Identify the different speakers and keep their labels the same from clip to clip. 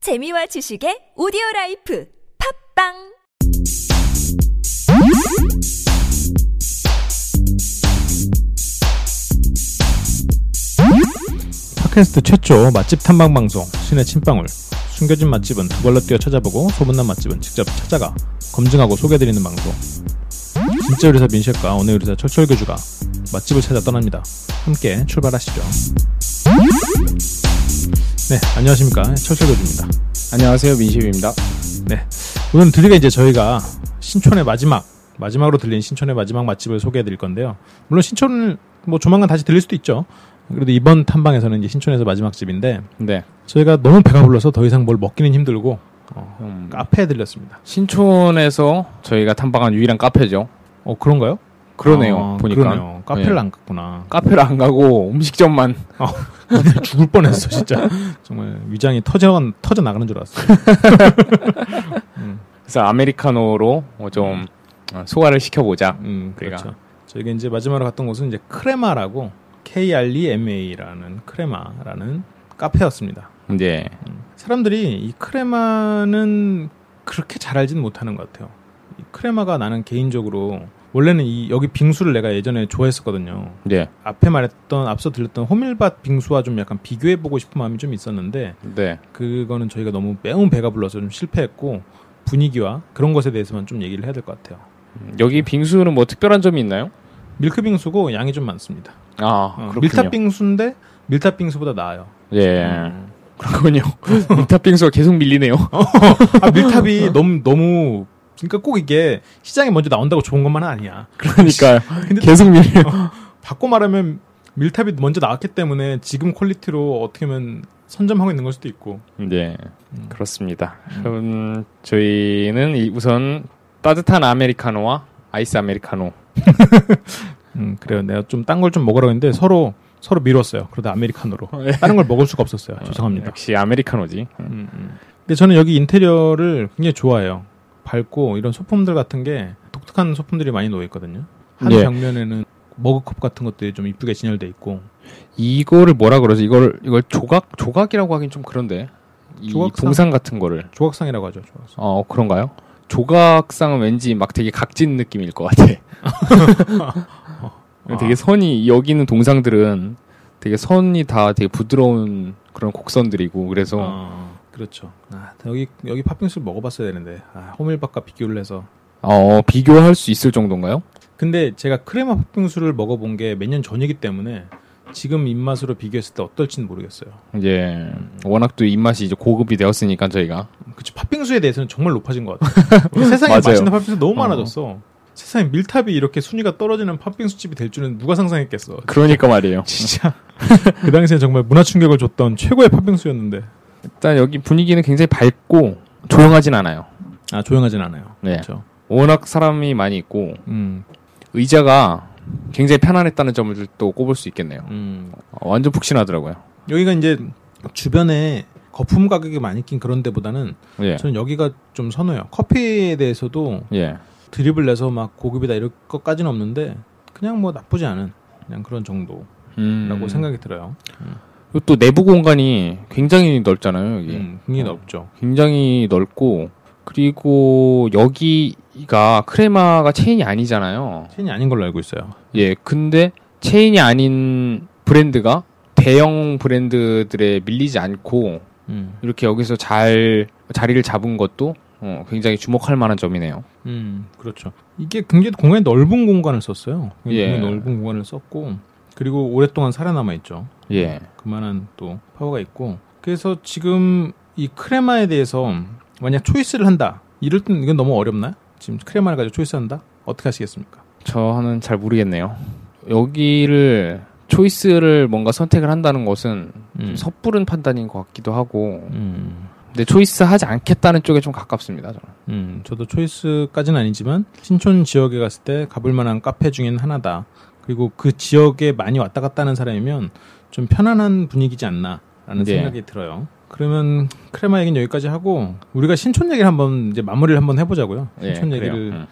Speaker 1: 재미와 지식의 오디오 라이프 팝빵
Speaker 2: 팟캐스트 최초 맛집 탐방 방송 신의 침방울 숨겨진 맛집은 월로 뛰어 찾아보고 소문난 맛집은 직접 찾아가 검증하고 소개해드리는 방송 진짜 요리사 민셰과 오늘 요리사 철철 교주가 맛집을 찾아 떠납니다 함께 출발하시죠 네 안녕하십니까 철철 교주입니다
Speaker 3: 안녕하세요 민심입니다.
Speaker 2: 네 오늘은 드디어 이제 저희가 신촌의 마지막 마지막으로 들린 신촌의 마지막 맛집을 소개해드릴 건데요 물론 신촌을 뭐 조만간 다시 들릴 수도 있죠 그래도 이번 탐방에서는 이제 신촌에서 마지막 집인데
Speaker 3: 네.
Speaker 2: 저희가 너무 배가 불러서 더 이상 뭘 먹기는 힘들고 어,
Speaker 3: 음.
Speaker 2: 카페에 들렸습니다.
Speaker 3: 신촌에서 저희가 탐방한 유일한 카페죠.
Speaker 2: 어 그런가요?
Speaker 3: 그러네요.
Speaker 2: 아,
Speaker 3: 보니까
Speaker 2: 그러네요. 카페를
Speaker 3: 예.
Speaker 2: 안 갔구나.
Speaker 3: 카페를 안 가고 음식점만
Speaker 2: 죽을 뻔했어 진짜. 정말 위장이 터져 터져 나가는 줄 알았어.
Speaker 3: 그래서 아메리카노로 어, 좀 어, 소화를 시켜보자.
Speaker 2: 음
Speaker 3: 그래가.
Speaker 2: 그렇죠. 저희가 이제 마지막으로 갔던 곳은 이제 크레마라고 K R E M A라는 크레마라는 카페였습니다.
Speaker 3: 이제
Speaker 2: 사람들이 이 크레마는 그렇게 잘 알지는 못하는 것 같아요. 이 크레마가 나는 개인적으로 원래는 이 여기 빙수를 내가 예전에 좋아했었거든요.
Speaker 3: 네.
Speaker 2: 앞에 말했던 앞서 들렸던 호밀밭 빙수와 좀 약간 비교해 보고 싶은 마음이 좀 있었는데
Speaker 3: 네.
Speaker 2: 그거는 저희가 너무 매운 배가 불러서 좀 실패했고 분위기와 그런 것에 대해서만 좀 얘기를 해야 될 것 같아요.
Speaker 3: 여기 빙수는 뭐 특별한 점이 있나요?
Speaker 2: 밀크 빙수고 양이 좀 많습니다.
Speaker 3: 아
Speaker 2: 어,
Speaker 3: 그렇군요.
Speaker 2: 밀탑 빙수인데 밀탑 빙수보다 나아요.
Speaker 3: 예. 그렇군요. 밀탑 빙수가 계속 밀리네요.
Speaker 2: 아, 밀탑이 너무 너무 그러니까 꼭 이게 시장에 먼저 나온다고 좋은 것만 은 아니야.
Speaker 3: 그러니까
Speaker 2: 근데-
Speaker 3: 계속 밀려요.
Speaker 2: 바꿔 말하면 밀탑이 먼저 나왔기 때문에 지금 퀄리티로 어떻게 보면 선점하고 있는 걸 수도 있고.
Speaker 3: 네. 음. 그렇습니다. 그럼 저희는 이- 우선 따뜻한 아메리카노와 아이스 아메리카노
Speaker 2: 음, 그래요. 내가 좀 딴 걸 좀 먹으라고 했는데 서로 서로 미뤘어요. 그러다 아메리카노로. 다른 걸 먹을 수가 없었어요. 죄송합니다.
Speaker 3: 역시 아메리카노지.
Speaker 2: 음, 음. 근데 저는 여기 인테리어를 굉장히 좋아해요. 밝고 이런 소품들 같은 게 독특한 소품들이 많이 놓여 있거든요. 한
Speaker 3: 예.
Speaker 2: 벽면에는 머그컵 같은 것들이 좀 이쁘게 진열돼 있고
Speaker 3: 이거를 뭐라 그러지? 이걸 이걸 조각 조각이라고 하긴 좀 그런데 이
Speaker 2: 조각상?
Speaker 3: 동상 같은 거를
Speaker 2: 조각상이라고 하죠. 조각상.
Speaker 3: 어 그런가요? 조각상은 왠지 막 되게 각진 느낌일 것 같아. 되게 선이 여기 있는 동상들은 되게 선이 다 되게 부드러운 그런 곡선들이고 그래서
Speaker 2: 아, 그렇죠. 아, 여기 여기 팥빙수를 먹어봤어야 되는데 아, 호밀밥과 비교를 해서.
Speaker 3: 어 비교할 수 있을 정도인가요?
Speaker 2: 근데 제가 크레마 팥빙수를 먹어본 게 몇 년 전이기 때문에 지금 입맛으로 비교했을 때 어떨지는 모르겠어요.
Speaker 3: 이제 워낙 또 입맛이 이제 고급이 되었으니까 저희가
Speaker 2: 그치 팥빙수에 대해서는 정말 높아진 것 같아요. 우리 세상에
Speaker 3: 맞아요.
Speaker 2: 맛있는 팥빙수 너무
Speaker 3: 어.
Speaker 2: 많아졌어. 세상에 밀탑이 이렇게 순위가 떨어지는 팥빙수 집이 될 줄은 누가 상상했겠어.
Speaker 3: 그러니까 말이에요.
Speaker 2: 진짜 그 당시에 정말 문화 충격을 줬던 최고의 팥빙수였는데.
Speaker 3: 일단 여기 분위기는 굉장히 밝고 조용하진 않아요.
Speaker 2: 아 조용하진 않아요.
Speaker 3: 네.
Speaker 2: 그렇죠.
Speaker 3: 워낙 사람이 많이 있고
Speaker 2: 음,
Speaker 3: 의자가 굉장히 편안했다는 점을 또 꼽을 수 있겠네요.
Speaker 2: 음.
Speaker 3: 어, 완전 푹신하더라고요.
Speaker 2: 여기가 이제 주변에 거품 가격이 많이 낀 그런 데보다는
Speaker 3: 예.
Speaker 2: 저는 여기가 좀 선호해요. 커피에 대해서도
Speaker 3: 예.
Speaker 2: 드립을 내서 막 고급이다 이럴 것까지는 없는데 그냥 뭐 나쁘지 않은 그냥 그런 정도라고
Speaker 3: 음.
Speaker 2: 생각이 들어요.
Speaker 3: 그리고 또 내부 공간이 굉장히 넓잖아요, 여기.
Speaker 2: 음, 굉장히
Speaker 3: 어.
Speaker 2: 넓죠.
Speaker 3: 굉장히 넓고 그리고 여기가 크레마가 체인이 아니잖아요.
Speaker 2: 체인이 아닌 걸로 알고 있어요.
Speaker 3: 예. 근데 체인이 아닌 브랜드가 대형 브랜드들에 밀리지 않고
Speaker 2: 음.
Speaker 3: 이렇게 여기서 잘 자리를 잡은 것도 어, 굉장히 주목할 만한 점이네요.
Speaker 2: 그렇죠. 이게 굉장히 공간이 넓은 공간을 썼어요. 굉장히
Speaker 3: 예.
Speaker 2: 넓은 공간을 썼고 그리고 오랫동안 살아남아 있죠.
Speaker 3: 예.
Speaker 2: 그만한 또 파워가 있고 그래서 지금 이 크레마에 대해서 만약 초이스를 한다. 이럴 땐 이건 너무 어렵나요? 지금 크레마를 가지고 초이스한다? 어떻게 하시겠습니까?
Speaker 3: 저는 잘 모르겠네요. 여기를 초이스를 뭔가 선택을 한다는 것은 좀
Speaker 2: 음.
Speaker 3: 섣부른 판단인 것 같기도 하고,
Speaker 2: 음,
Speaker 3: 근데 초이스 하지 않겠다는 쪽에 좀 가깝습니다. 저는.
Speaker 2: 음, 저도 초이스까지는 아니지만 신촌 지역에 갔을 때 가볼 만한 카페 중엔 하나다. 그리고 그 지역에 많이 왔다 갔다 하는 사람이면 좀 편안한 분위기지 않나라는
Speaker 3: 네.
Speaker 2: 생각이 들어요. 그러면 크레마 얘기는 여기까지 하고 우리가 신촌 얘기를 한번 이제 마무리를 한번 해보자고요.
Speaker 3: 예,
Speaker 2: 신촌
Speaker 3: 그래요.
Speaker 2: 얘기를
Speaker 3: 음.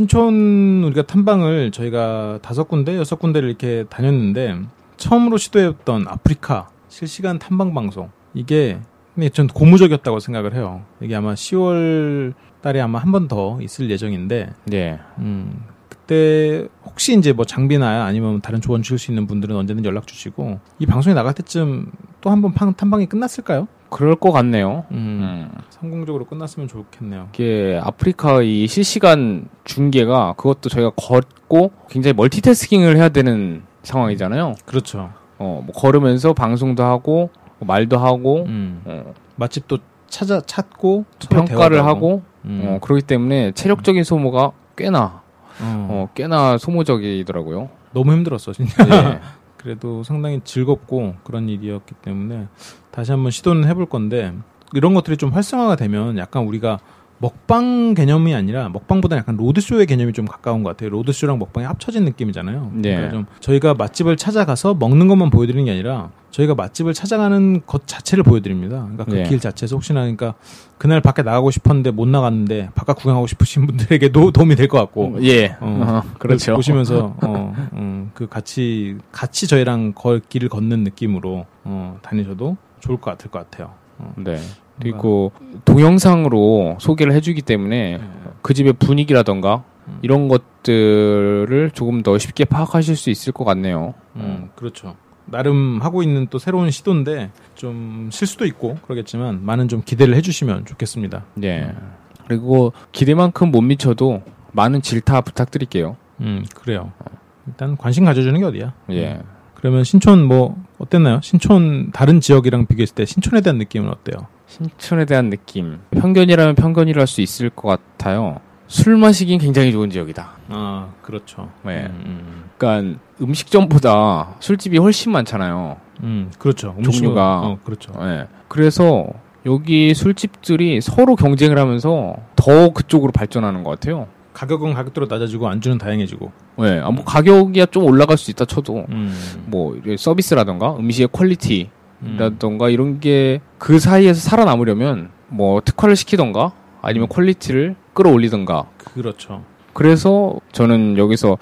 Speaker 2: 신촌 우리가 탐방을 저희가 다섯 군데 여섯 군데를 이렇게 다녔는데 처음으로 시도했던 아프리카 실시간 탐방 방송 이게 근데 전 고무적이었다고 생각을 해요. 이게 아마 10월 달에 아마 한 번 더 있을 예정인데
Speaker 3: 예.
Speaker 2: 음, 그때 혹시 이제 뭐 장비나 아니면 다른 조언 주실 수 있는 분들은 언제든지 연락 주시고 이 방송이 나갈 때쯤 또 한 번 탐방이 끝났을까요?
Speaker 3: 그럴 것 같네요.
Speaker 2: 음,
Speaker 3: 음.
Speaker 2: 성공적으로 끝났으면 좋겠네요.
Speaker 3: 이게 아프리카 이 실시간 중계가 그것도 저희가 걷고 굉장히 멀티태스킹을 해야 되는 상황이잖아요.
Speaker 2: 그렇죠.
Speaker 3: 어, 뭐 걸으면서 방송도 하고 뭐 말도 하고
Speaker 2: 음.
Speaker 3: 어,
Speaker 2: 마침 또 찾아 찾고 서로
Speaker 3: 평가를
Speaker 2: 대화도
Speaker 3: 하고
Speaker 2: 음.
Speaker 3: 어, 그렇기 때문에 체력적인 소모가 꽤나
Speaker 2: 어,
Speaker 3: 어, 꽤나 소모적이더라고요.
Speaker 2: 너무 힘들었어 진짜.
Speaker 3: 예.
Speaker 2: 그래도 상당히 즐겁고 그런 일이었기 때문에 다시 한번 시도는 해볼 건데 이런 것들이 좀 활성화가 되면 약간 우리가 먹방 개념이 아니라 먹방보다 약간 로드쇼의 개념이 좀 가까운 것 같아요. 로드쇼랑 먹방이 합쳐진 느낌이잖아요.
Speaker 3: 네.
Speaker 2: 그러니까 좀 저희가 맛집을 찾아가서 먹는 것만 보여드리는 게 아니라 저희가 맛집을 찾아가는 것 자체를 보여드립니다. 그러니까 그
Speaker 3: 네.
Speaker 2: 길 자체에서 혹시나 그러니까 그날 밖에 나가고 싶었는데 못 나갔는데 바깥 구경하고 싶으신 분들에게도 도움이 될 것 같고
Speaker 3: 예.
Speaker 2: 어,
Speaker 3: 어, 그렇죠.
Speaker 2: 보시면서 어, 음, 그 같이 같이 저희랑 걸 길을 걷는 느낌으로 어, 다니셔도 좋을 것 같을 것 같아요. 어,
Speaker 3: 네. 그리고 동영상으로 소개를 해주기 때문에
Speaker 2: 음.
Speaker 3: 그 집의 분위기라던가 이런 것들을 조금 더 쉽게 파악하실 수 있을 것 같네요.
Speaker 2: 음, 그렇죠. 나름 하고 있는 또 새로운 시도인데 좀 실수도 있고 그러겠지만 많은 좀 기대를 해주시면 좋겠습니다.
Speaker 3: 예.
Speaker 2: 음.
Speaker 3: 그리고 기대만큼 못 미쳐도 많은 질타 부탁드릴게요.
Speaker 2: 음 그래요. 일단 관심 가져주는 게 어디야?
Speaker 3: 예.
Speaker 2: 그러면 신촌 뭐 어땠나요? 신촌 다른 지역이랑 비교했을 때 신촌에 대한 느낌은 어때요?
Speaker 3: 신촌에 대한 느낌. 편견이라면 편견이라 할 수 있을 것 같아요. 술 마시긴 굉장히 좋은 지역이다.
Speaker 2: 아 그렇죠.
Speaker 3: 네.
Speaker 2: 음,
Speaker 3: 그러니까 음식점보다 술집이 훨씬 많잖아요.
Speaker 2: 음. 음, 그렇죠.
Speaker 3: 종류가.
Speaker 2: 어, 그렇죠.
Speaker 3: 예. 그래서 여기 술집들이 서로 경쟁을 하면서 더 그쪽으로 발전하는 것 같아요.
Speaker 2: 가격은 가격대로 낮아지고 안주는 다양해지고.
Speaker 3: 예. 아, 뭐 가격이 좀 올라갈 수 있다 쳐도
Speaker 2: 음.
Speaker 3: 뭐 이제 서비스라던가 음식의 퀄리티라던가
Speaker 2: 음.
Speaker 3: 이런 게 그 사이에서 살아남으려면 뭐 특화를 시키던가 아니면 퀄리티를 끌어올리던가
Speaker 2: 그렇죠.
Speaker 3: 그래서 저는 여기서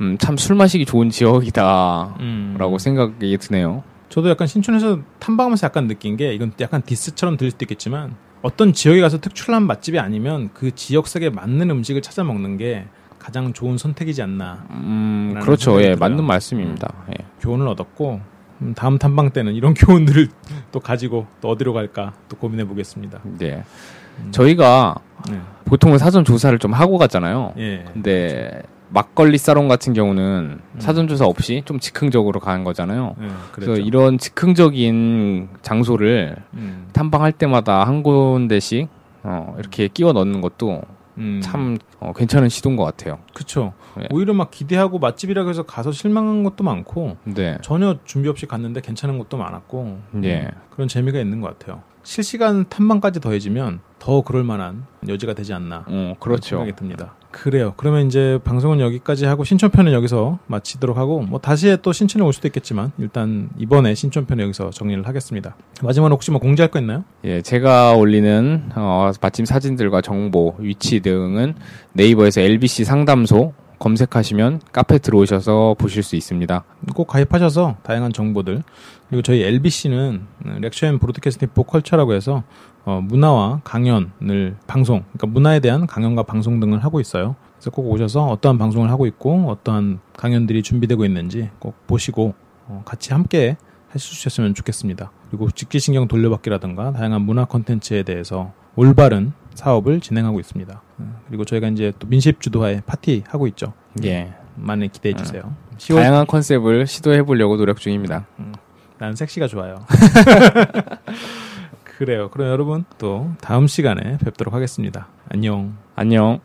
Speaker 3: 음, 참 술 마시기 좋은 지역이다라고
Speaker 2: 음.
Speaker 3: 생각이 드네요.
Speaker 2: 저도 약간 신촌에서 탐방하면서 약간 느낀 게 이건 약간 디스처럼 들릴 수도 있겠지만 어떤 지역에 가서 특출난 맛집이 아니면 그 지역색에 맞는 음식을 찾아 먹는 게 가장 좋은 선택이지 않나
Speaker 3: 음,
Speaker 2: 라는
Speaker 3: 그렇죠.
Speaker 2: 생각이
Speaker 3: 예,
Speaker 2: 들어요. 음.
Speaker 3: 맞는 말씀입니다. 예.
Speaker 2: 교훈을 얻었고 음, 다음 탐방 때는 이런 교훈들을 또 가지고 또 어디로 갈까 또 고민해 보겠습니다.
Speaker 3: 네.
Speaker 2: 음.
Speaker 3: 저희가
Speaker 2: 네.
Speaker 3: 보통은 사전 조사를 좀 하고 갔잖아요.
Speaker 2: 예.
Speaker 3: 근데 막걸리 사롱 같은 경우는 사전 조사 없이 좀 즉흥적으로 간 거잖아요.
Speaker 2: 예,
Speaker 3: 음. 그래서
Speaker 2: 그랬죠.
Speaker 3: 이런 즉흥적인 장소를
Speaker 2: 음,
Speaker 3: 탐방할 때마다 한 군데씩 어, 이렇게 끼워 넣는 것도
Speaker 2: 음.
Speaker 3: 참 어, 괜찮은 시도인 것 같아요.
Speaker 2: 그쵸.
Speaker 3: 예.
Speaker 2: 오히려 막 기대하고 맛집이라고 해서 가서 실망한 것도 많고
Speaker 3: 네.
Speaker 2: 전혀 준비 없이 갔는데 괜찮은 것도 많았고 음,
Speaker 3: 예.
Speaker 2: 그런 재미가 있는 것 같아요. 실시간 탐방까지 더해지면 더 그럴 만한 여지가 되지 않나
Speaker 3: 어, 그렇죠.
Speaker 2: 생각이 듭니다. 그래요. 그러면 이제 방송은 여기까지 하고 신촌편은 여기서 마치도록 하고 뭐 다시에 또 신촌에 올 수도 있겠지만 일단 이번에 신촌편 은 여기서 정리를 하겠습니다. 마지막으로 혹시 뭐 공지할 거 있나요?
Speaker 3: 예, 제가 올리는 어, 마침 사진들과 정보, 위치 등은 네이버에서 LBC 상담소 검색하시면 카페 들어오셔서 보실 수 있습니다.
Speaker 2: 꼭 가입하셔서 다양한 정보들 그리고 저희 LBC는 렉처 앤 브로드캐스팅 포 컬처라고 해서 어, 문화와 강연을 방송 그러니까 문화에 대한 강연과 방송 등을 하고 있어요. 그래서 꼭 오셔서 어떠한 방송을 하고 있고 어떠한 강연들이 준비되고 있는지 꼭 보시고 어, 같이 함께 해주셨으면 좋겠습니다. 그리고 직기신경 돌려받기라든가 다양한 문화 콘텐츠에 대해서 올바른 사업을 진행하고 있습니다. 음, 그리고 저희가 이제 또 민십 주도하에 파티 하고 있죠.
Speaker 3: 예.
Speaker 2: 많이 기대해 주세요. 10월
Speaker 3: 다양한 컨셉을 시도해 보려고 노력 중입니다.
Speaker 2: 난 섹시가 좋아요. 그래요. 그럼 여러분 또 다음 시간에 뵙도록 하겠습니다. 안녕.
Speaker 3: 안녕.